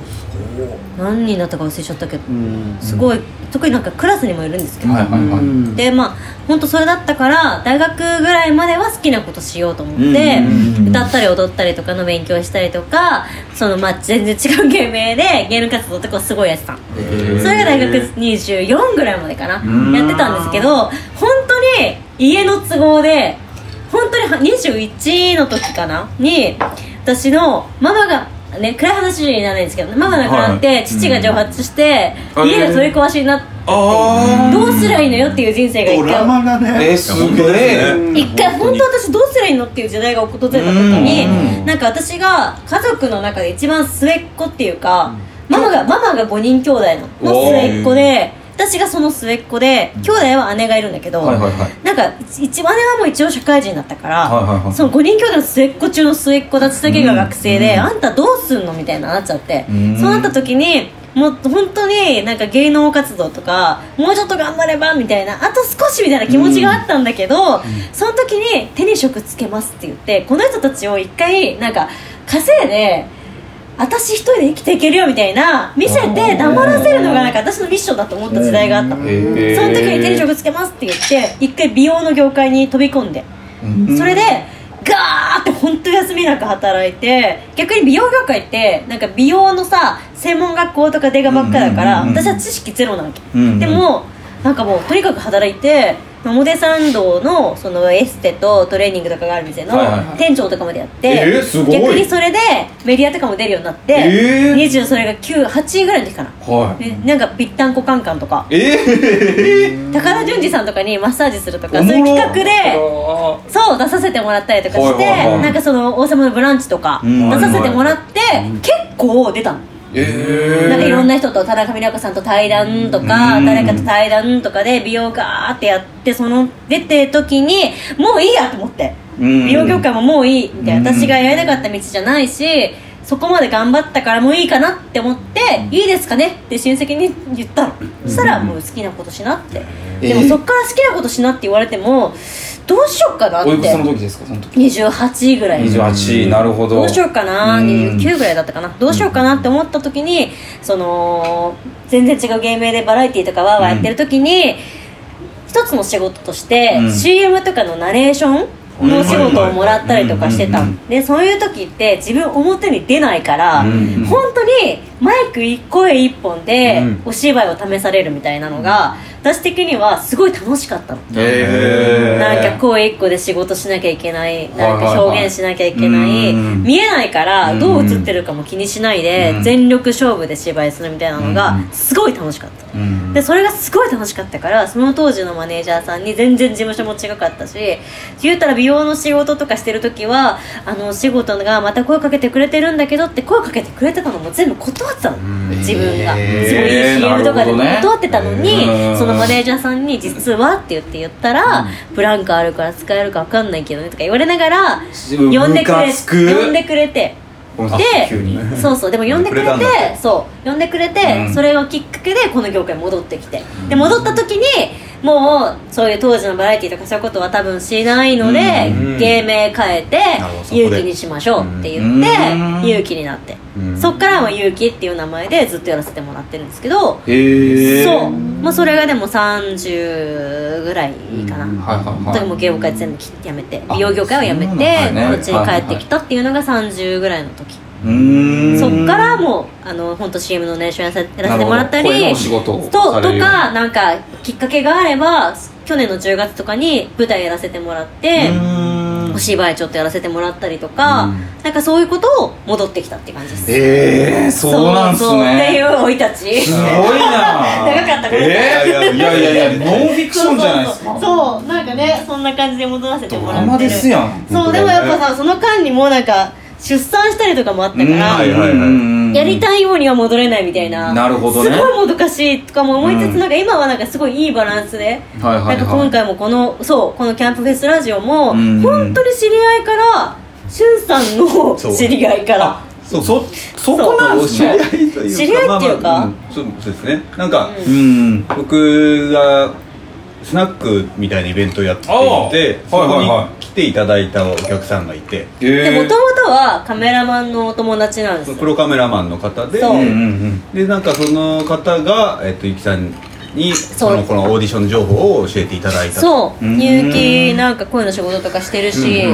何人だったか忘れちゃったけど
うん
すごい特になんかクラスにもいるんですけど、
はいはいはい
うん
でまあ本当それだったから大学ぐらいまでは好きなことしようと思って、
うんうんうんうん
歌ったり踊ったりとかの勉強したりとかそのまあ全然違う芸名で芸能活動とかをすごいやってたのそれが大学24ぐらいまでかな
うん
やってたんですけど本当に家の都合で本当には21の時かなに私のママがね暗い話にならないんですけどママ亡くなって、
はい
父が蒸発して、
うん
家で取り壊しになって
あー
どうすりゃいいのよっていう人生が一
ドラ
回
マだね
えすげえ
一回本当私どうすりゃいいのっていう時代が訪れた時
う
に
ん
なんか私が家族の中で一番末っ子っていうかママがママが5人兄弟のの
おー
末っ子で私がその末っ子で兄弟は姉がいるんだけど
はいはいはい
なんか一一姉はもう一応社会人だったから、
はいはいはい
その5人兄弟の末っ子中の末っ子たちだけが学生で、
うん
あんたどうすんのみたいななっちゃって、
うん
そうなった時にもう本当になんか芸能活動とかもうちょっと頑張ればみたいなあと少しみたいな気持ちがあったんだけど、その時に手に職つけますって言ってこの人たちを一回なんか稼いで私一人で生きていけるよみたいな見せて黙らせるのがなんか私のミッションだと思った時代があったの。
えー
その時に転職つけますって言って一回美容の業界に飛び込んで、
うん
それでガーって本当休みなく働いて逆に美容業界ってなんか美容のさ専門学校とか出がばっかだから、
うんうんうんうん
私は知識ゼロなわけ、
うんうん
でもなんかもうとにかく働いて表参道のそのエステとトレーニングとかがある店の
はいはいはい
店長とかまでやって、
えーすごい
逆にそれでメディアとかも出るようになって、
えー
20それが9 8ぐらいの時かな、
はい
ね、なんかぴったんこカンカンとか
えー
高田純次さんとかにマッサージするとか
お
そういう
もろ
企画でそう出させてもらったりとかして、
はいはいはい
なんかその「王様のブランチ」とか
うん
出させてもらって、結構出たの、
えー
なんかいろんな人と田中美奈子さんと対談とか、
うん
誰かと対談とかで美容ガーってやってその出てる時にもういいやと思って、
うん
美容業界ももういいみたいな、
うん
私がやりたかった道じゃないしそこまで頑張ったからもういいかなって思って、いいですかねって親戚に言ったの、そしたらもう好きなことしなって、でもそっから好きなことしなって言われてもどうしようかなっ
おいくつの
て
時ですかその時
28ぐらい
28なるほど
どうしようかな
うん
29ぐらいだったかなどうしようかなって思った時にその全然違う芸名でバラエティーとかワーワーやってる時に、一つの仕事として、
うん
CM とかのナレーションのお仕事をもらったりとかしてた、
うんうんうん
でそういう時って自分表に出ないから、
うんうん
本当にマイク一声一本で
うん
お芝居を試されるみたいなのが、私的にはすごい楽しかったの。
えー
なんか声一個で仕事しなきゃいけないなん
はいはい
か
はい
表現しなきゃいけない
うん
見えないから
うん
どう映ってるかも気にしないで
うん
全力勝負で芝居するみたいなのが
うん
すごい楽しかった
うん
でそれがすごい楽しかったからその当時のマネージャーさんに全然事務所も違かったし言うたら美容の仕事とかしてる時はあのお仕事がまた声かけてくれてるんだけどって声かけてくれてたのも全部断ってたの自分がすご
へー
い CM とかでも
なるほどね
断ってたのに
うん
そのマネージャーさんに「実は」って言って言ったら「ブランクあるから使えるか分かんないけどね」とか言われながら
うん
呼んでく
ムカ
れ
つく
呼んでくれて。
ごめんなさい急に
でそうそうでも呼んでくれ
くれたんだ
てそう呼んでくれて、
うん
それをきっかけでこの業界に戻ってきてで戻った時にもうそういう当時のバラエティとかそういうことは多分しないので、
うん
芸名変えて
るほどそこで
勇気にしましょうって言って
うん
勇気になって
うん
そっからは勇気っていう名前でずっとやらせてもらってるんですけど
へえ
そうもうそれがでも30ぐらいかな、
はいはい
本当
は
に
い
もう芸能界全部きやめて
あ
美容業界をやめて、
そうなんだね
こっちに帰ってきたっていうのが30ぐらいの時、
うーん
そっからもうあの本当 CM の練習やらせやらせてもらったり
なるほど声のお仕事を
と
さ
と
れるよう
かなんかきっかけがあれば去年の10月とかに舞台やらせてもらって
うーん
お芝居ちょっとやらせてもらったりとか、
うん
なんかそういうことを戻ってきたって感じです
えー、そうなんす
そうそうってい
ね
う生い立ち
すごいな
[laughs] 長かったごめんな
え
さ
ー、いやいやいやいやノンフィクションじゃないです
そう
か
そうそうなんかねそんな感じで戻らせてもら
ドラ
ってる
マですやん
そうでもやっぱさその間にもうなんか出産したりとかもあったか
うん
ら、
はいはいはい
やりたいようには戻れないみたいな
なるほどね
すごいもどかしいとかも思いつつ、
うん
なんか今はなんかすごいいいバランスで、
はいはいはい
なんか今回もこのそうこのキャンプフェスラジオも、
うん
本当に知り合いからしゅんさんの
そう
知り合いから
そうそ
そこなんですね
知り合いというか
知り合いっていうか
まあまあうんそうそうですねなんか、
うん
うん
僕がスナックみたいなイベントをやっていて
ああ
そこ
はいはいはい
に来ていただいたお客さんがいて
え
でもともとはカメラマンのお友達なんです
プ
よ
ロカメラマンの方で
そう
うんうん
でなんかその方が、えっと、ゆきさんに
そう
そのこのオーディション情報を教えていただいたと
そう
うん
入気なんか声の仕事とかしてるし、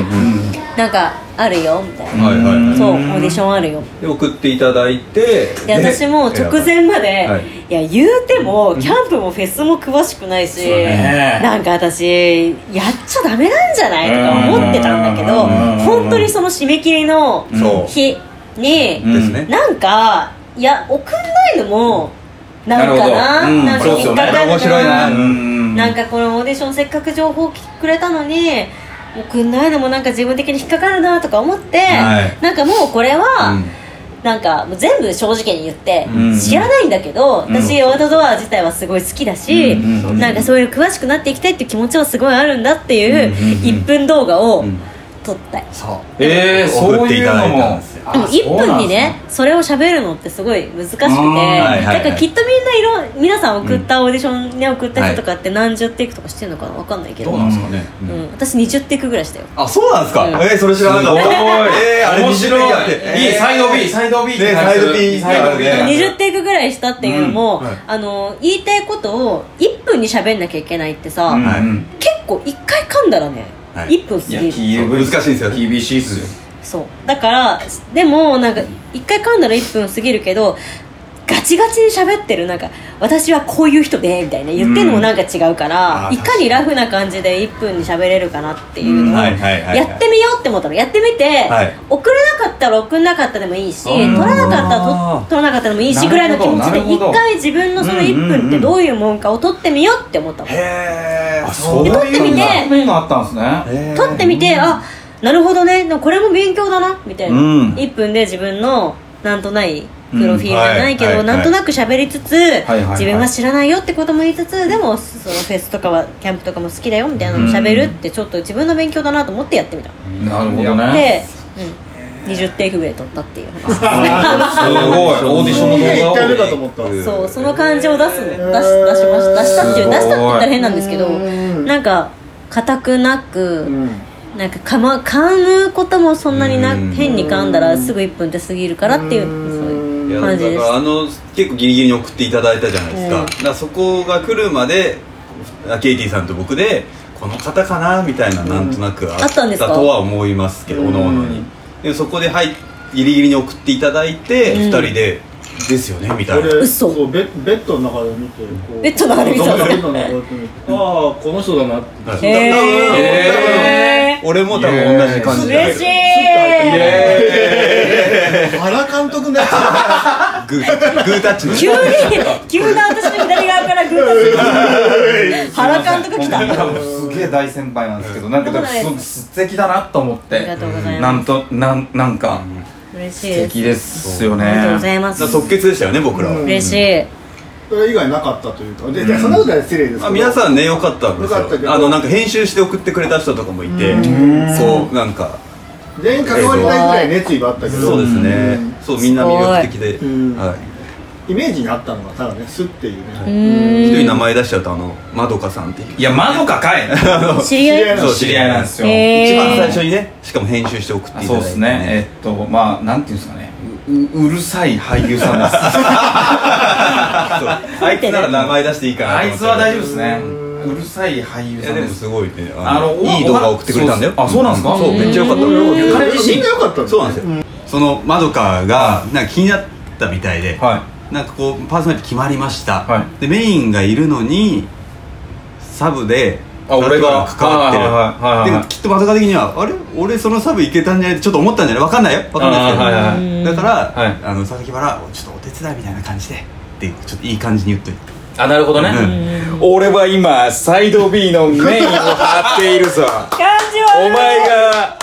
なんかあるよみたいな、
はいはいはい
そうオーディションあるよ
で送っていただいて
で私も直前まで、
はい
い、や言うてもキャンプもフェスも詳しくないし、
ね
なんか私やっちゃダメなんじゃないとか思ってたんだけど
うん
本当にその締め切りの
そう
日に、
うん
ですね
なんかいや送んないのもなんか
なるほ
な
どうん
なんか
そうで
引っ
すよ
か
ね
かる
面白いな
うんうん
なんかこのオーディションせっかく情報をくれたのに送んないのもなんか自分的に引っかかるなとか思って、
はい
なんかもうこれは、
うん
なんかもう全部正直に言って、
うん
知らないんだけど、私アウトドア自体はすごい好きだし、
うんうん
なんかそういう詳しくなっていきたいっていう気持ちはすごいあるんだっていう1分動画を撮ったり、
そう
えー、そういうの
送っていただいたん
も
ですよ
でも1分にねそれを喋るのってすごい難しくて、
うんはい
はいはい
だからきっとみんないろ皆さん送ったオーディションね送った人とかって何十テイクとかしてるのかなわかんないけど
どうなんですかね、
う
うん
ん、私20テイクぐらいしたよ
あそうなんですか、
うん
えーそれ知らなかった
すごい
えーあれ
面白い
20やって
いいサイド B サイド B って感じする
ねサイド B
サイド B
20テイクぐらいしたっていうのも、あの言いたいことを1分に喋んなきゃいけないってさ、
うん
はい
うん
結構1回噛んだらね、
はい
一1分過
いや
ぎる
難しいんですよ
厳しいっすよ
そうだからでもなんか1回噛んだら1分過ぎるけどガチガチに喋ってるなんか私はこういう人でみたいな言ってるのもなんか違うから、
うん
いかにラフな感じで1分に喋れるかなっていう
う
の
ん
を
はいはいはいはい
やってみようって思ったのやってみて、
はい
送れなかったら送んなかったでもいいし取
うん
らなかったら取取らなかったでもいい
な
し
るほど
ぐらいの気持ち
なる
で
ほど
1回自分のその1分ってどういうもんかを取ってみようって思ったの、
へえ
そう
いう
撮ってみて
そういうのあったんですね
撮ってみてあなるほどねでもこれも勉強だなみたいな、
うん
1分で自分のなんとないプロフィールじ
う
ゃ
ん
ないけど、
はいはい
なんとなく喋りつつ、
はいはい
自分は知らないよってことも言いつつでもそのフェスとかはキャンプとかも好きだよみたいなのを喋るってちょっと自分の勉強だなと思ってやってみた、
なるほどね
で、うん、20テイクぐらい撮ったっていう話
すごいオーディションの動
1
画
回目
を
かと思った
そうその感じを出す出し出しました出したっていう出したって言ったら変なんですけど
うん
なんか硬くなく、
うん
なんかかま噛むこともそんなにな
うん
変に噛んだらすぐ1分で過ぎるからっていうそう
い
いう
や
感じ
だ
で
か
す
らあの結構ギリギリに送っていただいたじゃないですか、
うん
だからそこが来るまであケイティさんと僕でこの方かなみたいななんとなくあ
あったんですか
とは思いますけど、
うん
おのおのにでそこで、はい、ギリギリに送っていただいて、
うん
二人で「ですよね」みたいな
俺
嘘
そうベベッドの中で見てこう
ベッドの中で見たの
ベッドの中で見てああこの人だなって
はい
へ
へ
え
俺も多分同じ感じだけ
嬉
ど
し
え
い
ー
原監督のやつ
グーグータッチの
急に急な私の左側からグータッチ原監督来た
多分すげえ大先輩なんですけどなんかでもすごく素敵だなと思って
ありがとうございます
なんとなんなんか
嬉しい
素
です
敵ですよね
ありがとうございま
だから
す
即決でしたよね僕らは、
うん
嬉しい
それ以外なかったというかで、いやそんなことは失礼ですけど
あ皆さんね良かったんです
良かったけ
よ
ど
あのなんか編集して送ってくれた人とかもいてそうなんか
全員関わりたいぐらい熱意があったけど
そうですねそうみんな魅力的で、
ん
はい
イメージにあったのがただねすっていうね
一人名前出しちゃうとあのまどかさんっていう
いやまどかかい
知り合い
[laughs] そう
知り合いなんですよ、
へ
一
ー
番最初にねしかも編集して送っていただいて、
そうですねえっとまあなんていうんですかねうううるさい俳優さんです
そうあいつなら名前出していいかな
あいつは大丈夫ですすねうるさい俳優
い
さ
や
んで
でも
す
すごいね
あのお
いい動画送ってくれたんだよ
そうあそうなんですか
そうめっちゃ良かった
彼
み
自身
んな良かったんだよ
そうなんですよ、そのまどかがなんか気になったみたいで、
は
なんかこうパーソナリティ決まりました、
は
でメインがいるのにサブで
あ俺が
関わってる、
はいはいはいはい
でもきっとまどか的にはあれ俺そのサブいけたんじゃないちょっと思ったんじゃないわかんないよわかんないですけど、
あーはいはい
はい
だから、
はい
あの佐々木原ちょっとお手伝いみたいな感じでってちょっといい感じに言っといて
いあなるほどね、俺は今サイド B のメインを張っているぞ
感じは
お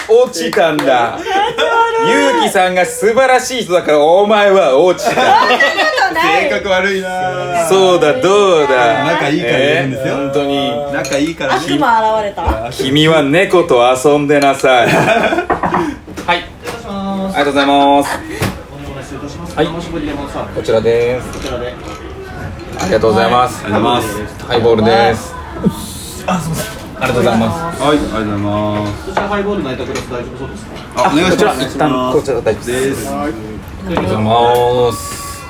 前が落ちたんだゆうきさんが素晴らしい人だからお前は落ち [laughs] た
性格悪いなう
そうだどうだ
仲いいから言うんですよ
えー本当に
仲いいから
悪魔現れた
君は猫と遊んでなさいはいありがとうございますはいこちらですこちらでありがとうございます
ありがとうございます
ハイボールですあ、すみませんありがとうございます
はい、ありがとうございます。
そちらハイボールの空いたグラス大丈夫そうですか
あ、お願い
こ
し
ち
ま
ら
す。
一旦こちら大丈夫です
です。
ありがとうございます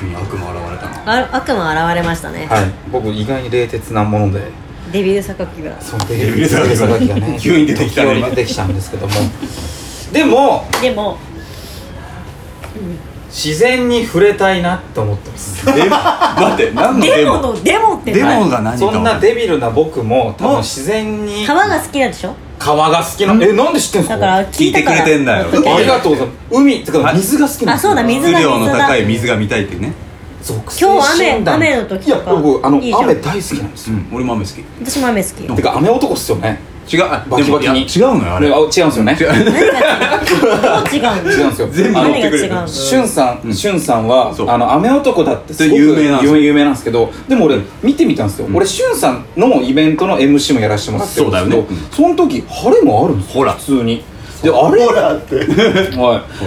急に悪魔現れたな。
あ悪魔現れましたね、
はい僕意外に冷徹なもので
デビル榊が
そうデビル榊がね
[laughs] 急に出てきたね
急に出てきたんですけどもでも
でも
自然に触れたいなと思ってます
え、待って、何の
デ
デ
モ
モ。
のデモって
デ
何
モが何か。
そんなデビルな僕も多分自然に
皮が好きなんでしょ
川が好きなのえなんで知ってんすか
だから
聞いてくれてんだよ。
ありがとうございます海つか水が好きなん
あ
です
そうだ水
水
が
量
水
の
だ
高い水が見たいってね。
属性
今日雨
診断
雨の時とか
いや僕あの
いいじゃん
雨大好きなんです
う
よ
ん、俺も雨好き。
私も雨好き
てか雨男っすよね
違う、あ
バキバキに
でもいや違うのよ、あ
ね
れ
あ。違うんですよね
どう違うの
[laughs] 違うんですよ
全部
あ
乗
の
ってく
何
れる
が違う。
しゅんさ
うん
ん、しゅんさんは
そう、
あの雨男だってすごく
有名なんですよ
有名なんですけど、でも俺見てみたんですよ。俺しゅんさんのイベントの MC もやらせてもらってるんですけ
そう
ど
だよね、
その時晴れもあるんです
ほ
よ。
ら
普通に。で、あれ
ほらって
はい、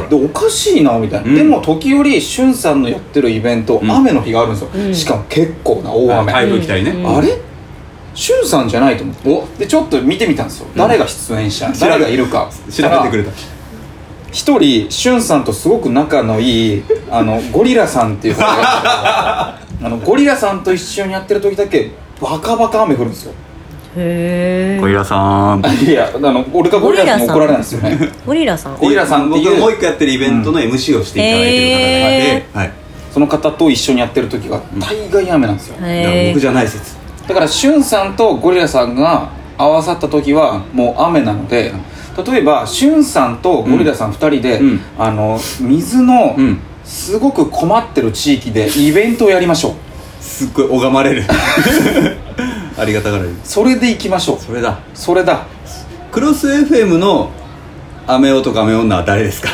でおかしいなみたいな、
うん
でも時折しゅんさんのやってるイベント、
うん
雨の日があるんですよ、
うん
しかも結構な大雨、
台風来たりね。
あれしゅんさんじゃないと思ってでちょっと見てみたんですよ、誰が出演者誰がいるか
調べてくれ
たら
た。
一人しゅんさんとすごく仲のいいあのゴリラさんっていう方がいるん [laughs] ですけどあのゴリラさんと一緒にやってる時だけバカバカ雨降るんですよ
へ
小平さん。
いやあの俺がゴリラさんに怒られないんですよね
ーゴリラさん
ゴリラさんっていう
僕がもう一個やってるイベントの MC をしていただいてる方がいて、
[laughs] その方と一緒にやってる時が大概雨なんですよ、
はい。だから
へ
僕
ー
じゃない説。
だからしゅんさんとゴリラさんが合わさった時はもう雨なので例えばしゅんさんとゴリラさん2人で、
うん
あの水の
うん
すごく困ってる地域でイベントをやりましょう
すっごい拝まれる。ありがたがられる。
それで行きましょう
それだ。
それだ
クロス FM の雨男雨女は誰ですか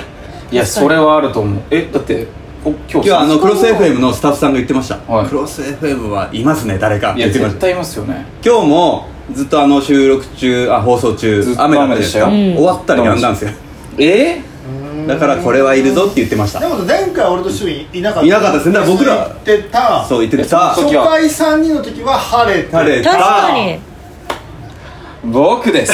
いやそれはあると思うえだってお今
今
日
日あのクロス FM のスタッフさんが言ってました、
はい
クロス FM はいますね誰かっ
い
て
や
言ってまし
絶
た
対いますよね
今日もずっとあの収録中あ放送中
ずっと
雨だったでしょ、
雨
でしたよ
終わったらやんだんですよ
え
だからこれはいるぞって言ってました
でも前回俺と周囲いなかった
いなかったですねだから僕ら
行ってた
そう言っててさ
初回3人の時は晴れて
晴れ
確かに
僕
[laughs]
です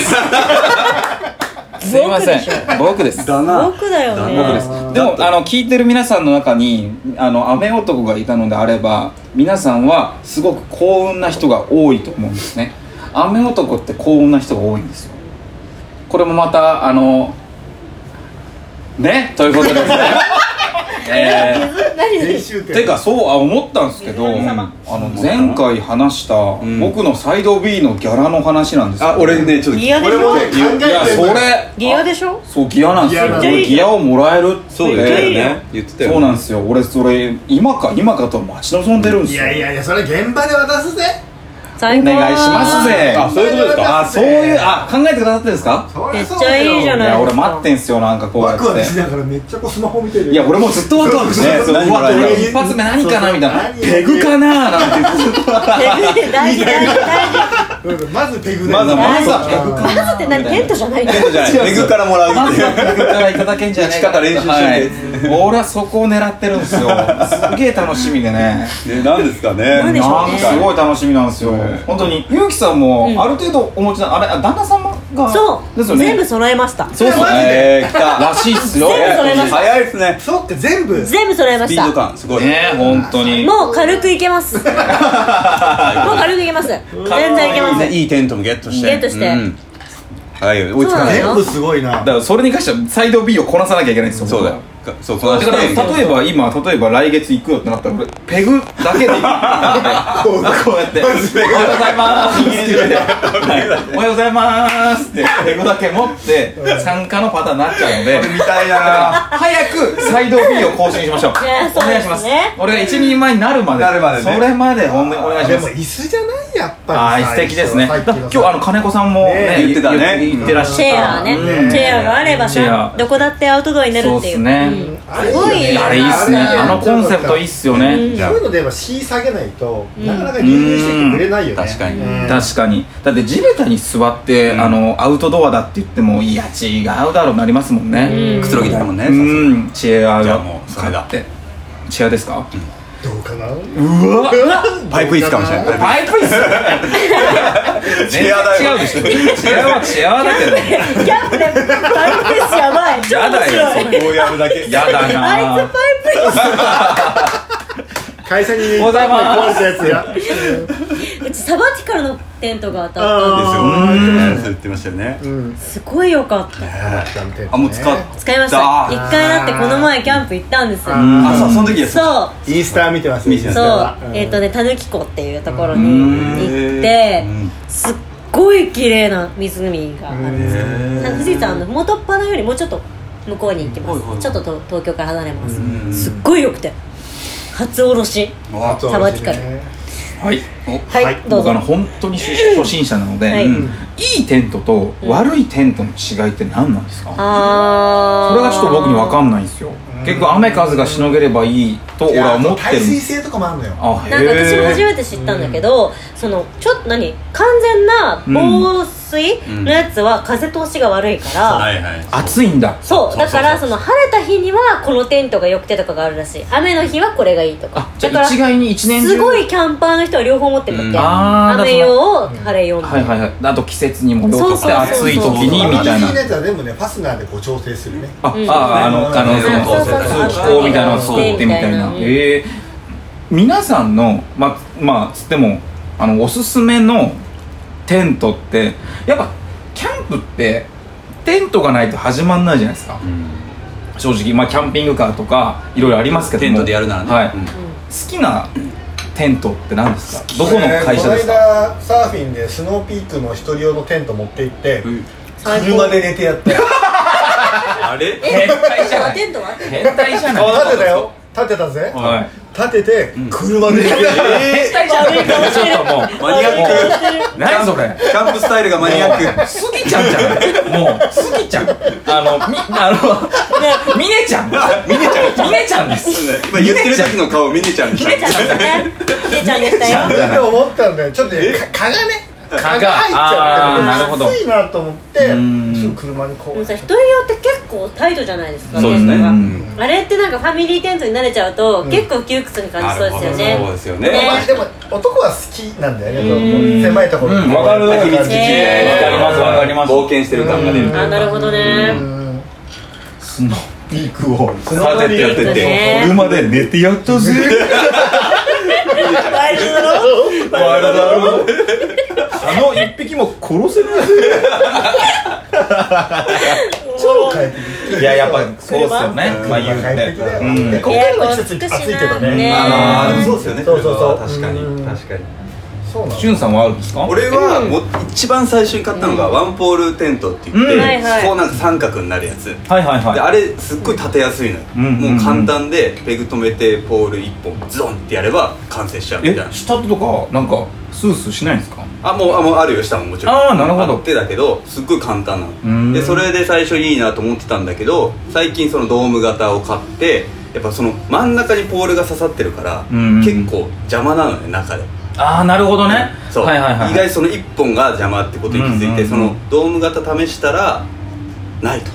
すいません僕です
だな
僕だよ
僕で
ね
す
でもあの聞いてる皆さんの中にあの雨男がいたのであれば皆さんはすごく幸運な人が多いと思うんですね雨男って幸運な人が多いんですよこれもまたあのねということですねえ
練習
ー、
点
てかそうあ思ったんですけど、
水神
あ
様
の前回話した
ん
僕のサイド B のギャラの話なんですけど
あ俺ねちょっと
ギアでし
俺も
ょ
ね考え
い
てる
やそれ
ギアでしょ
そうギアなんです
ギアな
よ
んだ
ギアギアをもらえるって
そうだよね言ってたよね
そうなんですよ俺それ今か今かと待ち望んでるんです
い
よ
やいやいやそれ現場で渡すぜ
最
お
高
願いしますぜ
あそういうことですか
あそういうあ考えてくださってるんですか
そりそう
めっちゃいいじゃ
い
ない
や俺待ってんすよなんかこうや
ワ
っ
クワクしてながらめっちゃこうスマホ見てる
いや俺もずっとワクワクして
そうそう
うわ
何もらえ
俺
ない
一発目何かなみたいな
何
ペグかななんてずっと
[laughs] 大事大事大事大事
うんまずペグ
まず
だ
はまずはペグ
バズって何テントじゃないの
そうじゃない
違う
ペグからもらう
ま
って
ずはペグからいただけんじゃないかな
打ち方練習して
はい俺はそこを狙ってるんですよすげえ楽しみでね
ね何ですか
なんで
ね
しょう
な
ね
んかすごい楽しみなんですよ、本当にゆうきさんも
うん
ある程度お持ちな、あれあ旦那様が
そう
ですよね
全部揃えました
そうそう
えー来た
らしいっすよ
全部揃えました
早いですね
そっか全部
全部揃えま
ス
し
ピード
た
感すごい
ね本当に
もう軽くいけます
[laughs]
もう軽くいけます全然いけます
いいテントもゲットして
ゲットして
うんはい追いつかない
そうなの
全部すごいな
だからそれに関してはサイド B をこなさなきゃいけないんですよ
そうだよかそうこ
だ
の
から例
人
えば今例えば来月行くよってなったら俺ペグだけで行くこうやって「おはようございます」はいおはようございます」ってペグだけ持って参加のパターンになっちゃうので
みたい
だから早くサイド B を更新しましょう。
いや
お
そ
願
うで
いしますす
ね。
俺が一人前になるまで。
なるまでね
それまで本当にお願いし
で
ま
も
す。
椅子じゃないやっぱ
はい
り
素敵ですね。
さ
だ
っきの
今日あの金子さんもね
ね言ってたね
言ってらっしゃった。
チェアね
うん
チェアがあれば
チェア
どこだってアウトドアになる
そう
っ
で
ていう
すね。
あれいいよ
すごい
ね
あれいいっすね。
あれ
あのコンセプトいいっすよね。
そういうのでやっぱ C 下げないとなかなか流入してきてくれないよね
うん確かに
うん
確かにだって地べたに座って、
うん
あのアウトドアだって言ってもいや違うだろうなりますもんね
くつろぎたいもんね
うんチェア
じゃあ
が
もうそれだ
買ってチェアですか、
どうかな
うわ
パイプ椅子かもしれない
パイプ椅子
チェアだよ
違うでしょチェアはチェアだけど
ギャップでパイプ椅子やばい超
や
面
だ
白い
よ
こうやるだけ
やだ
あい
な
つパイプ椅子
会社に
おはようございます
壊れたやつが
う [laughs] ちサバティカルのテントが当たっ
ですよそう言ってましたよね
たすごい良かった
あもう使っ
使いました
あー
一回だってこの前キャンプ行ったんです
あそうその時です
そう
インスタ見てます
見てます
そう、えっ、とね、たぬき湖っていうところに行って、すっごい綺麗な湖があるんですけど、富士山の元っ端よりもうちょっと向こうに行きます、ちょっとと東京から離れます、すっごいよくて初おろし
あ
サバティカル
はい
はい、どう
僕あ
ぞ
の本当に初初心者なので、、
はいい
いテントと悪いテントの違いって何なんですか
あー
それがちょっと僕に分かんないんですよ結構雨風がしのげればいいと俺は思ってる
耐
んで
水
す
性とかもあるのよ
あ
なんか私も初
へ
めて知ったんだけど、そのちょっと何完全な防水のやつは風通しが悪いから、
はいはい
暑いんだ
そうだからそ
の
の晴れた日にはこのテントが良くてとかがあるらしい雨の日はこれがいいとか
あじ
だ
ゃ
か
あ
ら
一概に一年中
すごいキャンパーの人は両方持ってるん
うん
あー
だって雨用を晴れ用みた
はいい
な、
はいはいあと季節にもようと
そうそう
か
そう
暑い時にみたいな
あのやつは全部ねファスナーでこう調整するね
あ、
うん
ああのあの
うん
その
そうそうそう
通気口みたいなのを作ってみたいな
うん
ええ皆さんのまあまあつってもあのおすすめのテントってやっぱキャンプってテントがないと始まんないじゃないですか正直まあキャンピングカーとかいろいろありますけども
テントでやるならね
はい
うん
好きなテントって何ですかどこの会社です
え
か
ーこの間サーフィンでスノーピークの一人用のテント持って行って
最高
車で寝てやったよ
あれ
変態じゃ
あ
ない
テントは
変態じゃない
立てたよ立てたぜ
はい
立てて車で寝てやった
変態じゃないかもしれないもう
マニアッ
何それ
クキャンプスタイルがマニアック
スギちゃんじゃないもうスギちゃんあのみあのミネちゃんミネちゃんミネちゃんです
今言ってる時の顔ミネちゃんでした
姉ちゃんですね姉ちゃんでしたよ
って思ったんだよちょっとねか蚊がね
蚊が
蚊が入っちゃって
あーなるほど
暑いなと思って
うん
すぐ車にこ
でも
う
さ一人用って結構タイトじゃないですか
そうですね
テントが
うん
あれってなんかファミリーテントに慣れちゃうと、
うん
結構窮屈に感じそうですよ
なる
ね
ほどそうですよ
ね
ね
まあでも男は好きなんだよね狭いところ
うんわかる
秘密基地
ね
わかりますわかります
冒険してる感が出る
あなるほどね
うん
ピークを
立ててやって
ね
て
車で寝てやったぜ
ワイルドだろ
ワイルドだろあの一匹も殺せない
超快適
いややっぱそうですよねまあ言う
快適だよ
ねうん
で今回の季節暑いけどね
ね
あーでもそうですよね
そうそうそう
確か
う
に
ん
確かに
そうなの
しゅんさんはあるんですか
俺はもう一番最初に買ったのがワンポールテントって言っ
う
て
ん
はいはい
こうなんか三角になるやつ
はいはいはい
であれすっごい立てやすいのよ、
うん
もう簡単でペグ止めてポール1本ズドンってやれば完成しちゃうみたい
え
な
下とかなんかスースーしないんですか
あもうあもうあるよ下ももちろん
あーなるほど
ってだけどすっごい簡単な
うーん
のでそれで最初いいなと思ってたんだけど最近そのドーム型を買ってやっぱその真ん中にポールが刺さってるから
うん
結構邪魔なのね中で
ああなるほどね
そう、
はいはいはい
意外にその1本が邪魔ってことに気づいて、
うんうんうん
そのドーム型試したらないと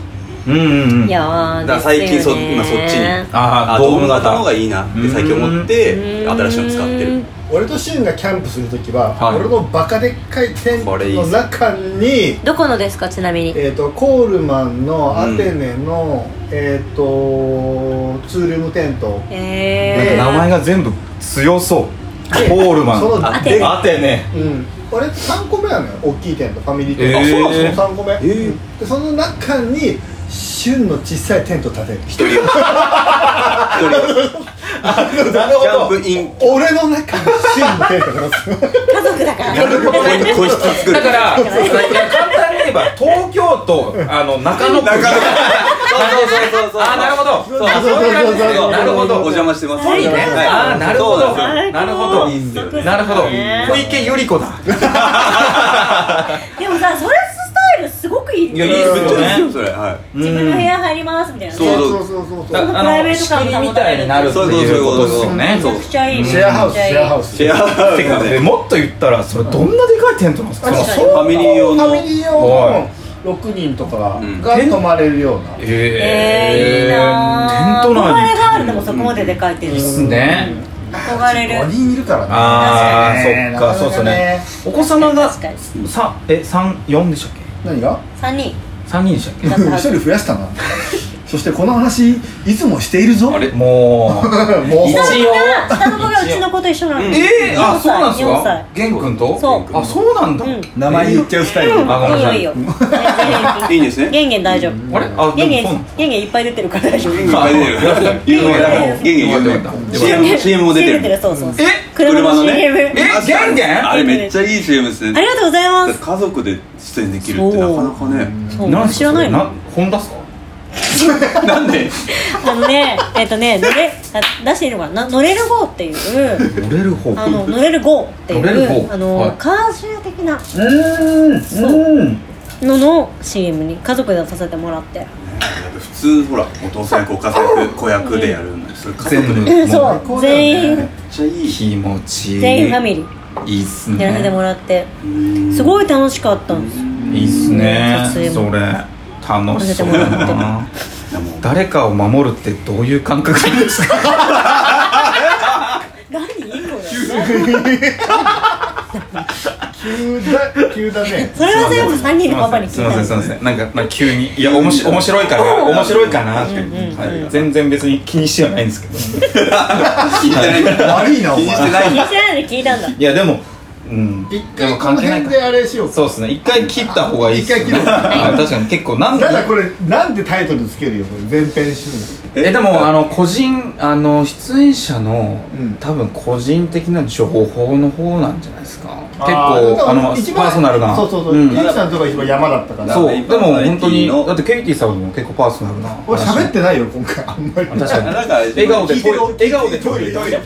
うんうんうん
いやー
だから最近そ今そっちに
あ
あ
あ
ド
ド
ー
ーム
ム型の方
型
がいいなって最近思って新しいの使ってる
俺とシュンがキャンプするときは、
はい
俺のバカでっかいテント
これいいっ
の
す
中に
どこのですかちなみに
えー、とコールマンのアテネの、えー、とツールームテント
えー、
名前が全部強そうホールマン
その
アテネ
アテネ
うん、俺3個目なのよ大きいテントファミリー
えー
テント、
あ
その3個目、
ー
うんでその中に旬の小さいテント立てる
一人用一人用
なる
キャンプイン
俺の中に旬のテントが立つ
家族だから
個室作
だ
る
から簡単に言えば東京都あの中野区
そうそうそうそう
あーなるほどそうそういう感じですよなるほ
お
ど
邪魔してます
そうね
はい
あーなるほ
そう
ど
なんですよ
なるほど
いいっすよね
なるほど
ね
小池百合子だ
でもさそれスタイルすごくいい
いやいいっす
めっちゃいいっす
よ
よ
ね
それは
うん
自分の部屋入りますみたいな
そう
ね
そうそうそうそう
だ
プライ
あ
ベ
の
ート
仕
感
切りみたいになるって
そうそう
いう
そう
ことですよね
めちゃくちゃいい
シェアハウスシ
め
ェ
っちゃいい
アハウス
いいや
てかねもっと言ったらそれどんなでかいテントなんですか
確かに
ファミリー用の
ファミリー用
は
の6人とかが
うん
泊まれるような
えー、いいな
テント
ー
内
憧れ
に
があるのもそこまででかいっていう
ですね、
憧れ
5
る
人いるからね
あー
ね
そっか
なな
そうっすねお子様が
確かに確
さえ三四でしたっけ
何が
3人
三人でしたっ
だっ
う
た
ん
は
一
ず
人増やしたなそしてこの話いつもしているぞ
けあれもう
[laughs]
もう
一応
下の子がうちの子と一緒なの
えー、あそ
4
う
歳
なんです
4歳
か玄君と
そう
あそうなんだ、
うん
名前言っちゃうスタイル
あごめん
い
ない
よ
さい
いいよ
いいんですね
ゲンゲン大丈夫
あれあ
ゲンゲ
でもそう
ンゲンゲンいっぱい出てるから大丈夫
いっぱい出てる有名だもん元気言ってもらった CM, CM も出てる
るそうそうそう
え
車の
車のね
CM
えゲンゲン
あれめっちゃいい CM です
あり
ね
がとうござい
だ
ま
って
す
家族で出演できるってなかなかね
そう知らないの
ホンダっすか
なんで
あのね、えっ、とね、乗れ、あ出しているのかな、な乗れる号っていう。
乗れる方
あの、乗れる号ってい
乗れる
う、
号
あの、
はい
カーシェア的な
うん
そう
うん
のの CM に家族で出させてもらって。
普通ほらお父さん役お母さん役子役でやるのにそれ家族でめっ
全部
そ
も
う、全員、
ちゃいい
気持ちいい
全員ファミリ
いいっす
ーでやらせて
ね
もらって、すごい楽しかったんですよ。
いいっすね
撮影
そ
も
れ楽しそうだ
撮影も
な誰かを守るってどういう感覚なんですか
何こ
急だ急だね
それは全部三人のパパに
す
聞
い
い
ませ
た
んすいませんすいませ
の。
んなんかまあ急にいやおもし面白いから面白いかなってはい全然別に気にしてはないんですけ
[laughs]
ど
悪いなお前
気にしてないのに聞いたんだ。
いやでもうん
一
で
回
も
この
関係ない
辺
か
であれしよう
そうですね一回切った方がいいっすよね
一回切る
はい確かに結構なん
ただこれなんでタイトルつけるよこれ前編集
えでもあの個人あの出演者の、
うん
多分個人的な情報の方なんじゃないですか
だ
結
か
構
ら
あのパ
一番
ーソナルな
そうそうそう
うん
ゆうきさんとか一番山だったから
そう
俺
で
一
も
般バラエティの
本当にだってケイティさんも結構パーソナルな話
喋ってないよ今回あんまり
確かに
なんか
笑顔でトイレ
聞いてる
笑顔でトイレトイレ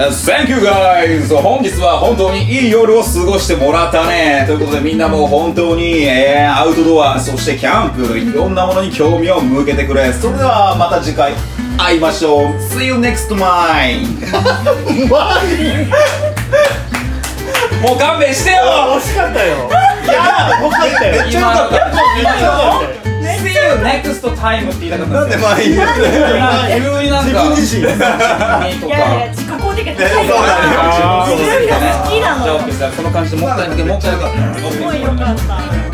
Thank you guys! 本日は本当にいい夜を過ごしてもらったねということでみんなもう本当に、えーアウトドアそしてキャンプいろんなものに興味を向けてくれそれではまた次回会いましょう See you next time! [laughs] もう勘弁してよ
惜しかったよ惜しかったよ
めっちゃよかった See you next time って言いたかったんですよ
まあいいよ
急になんか
自分自身
と
い
か
やいや、自己肯定感高いよ。
あーそう
自分が好きな
じゃあ
の。
オッケーさこの感じでもったいなくてもったいなくて
すごい良かった。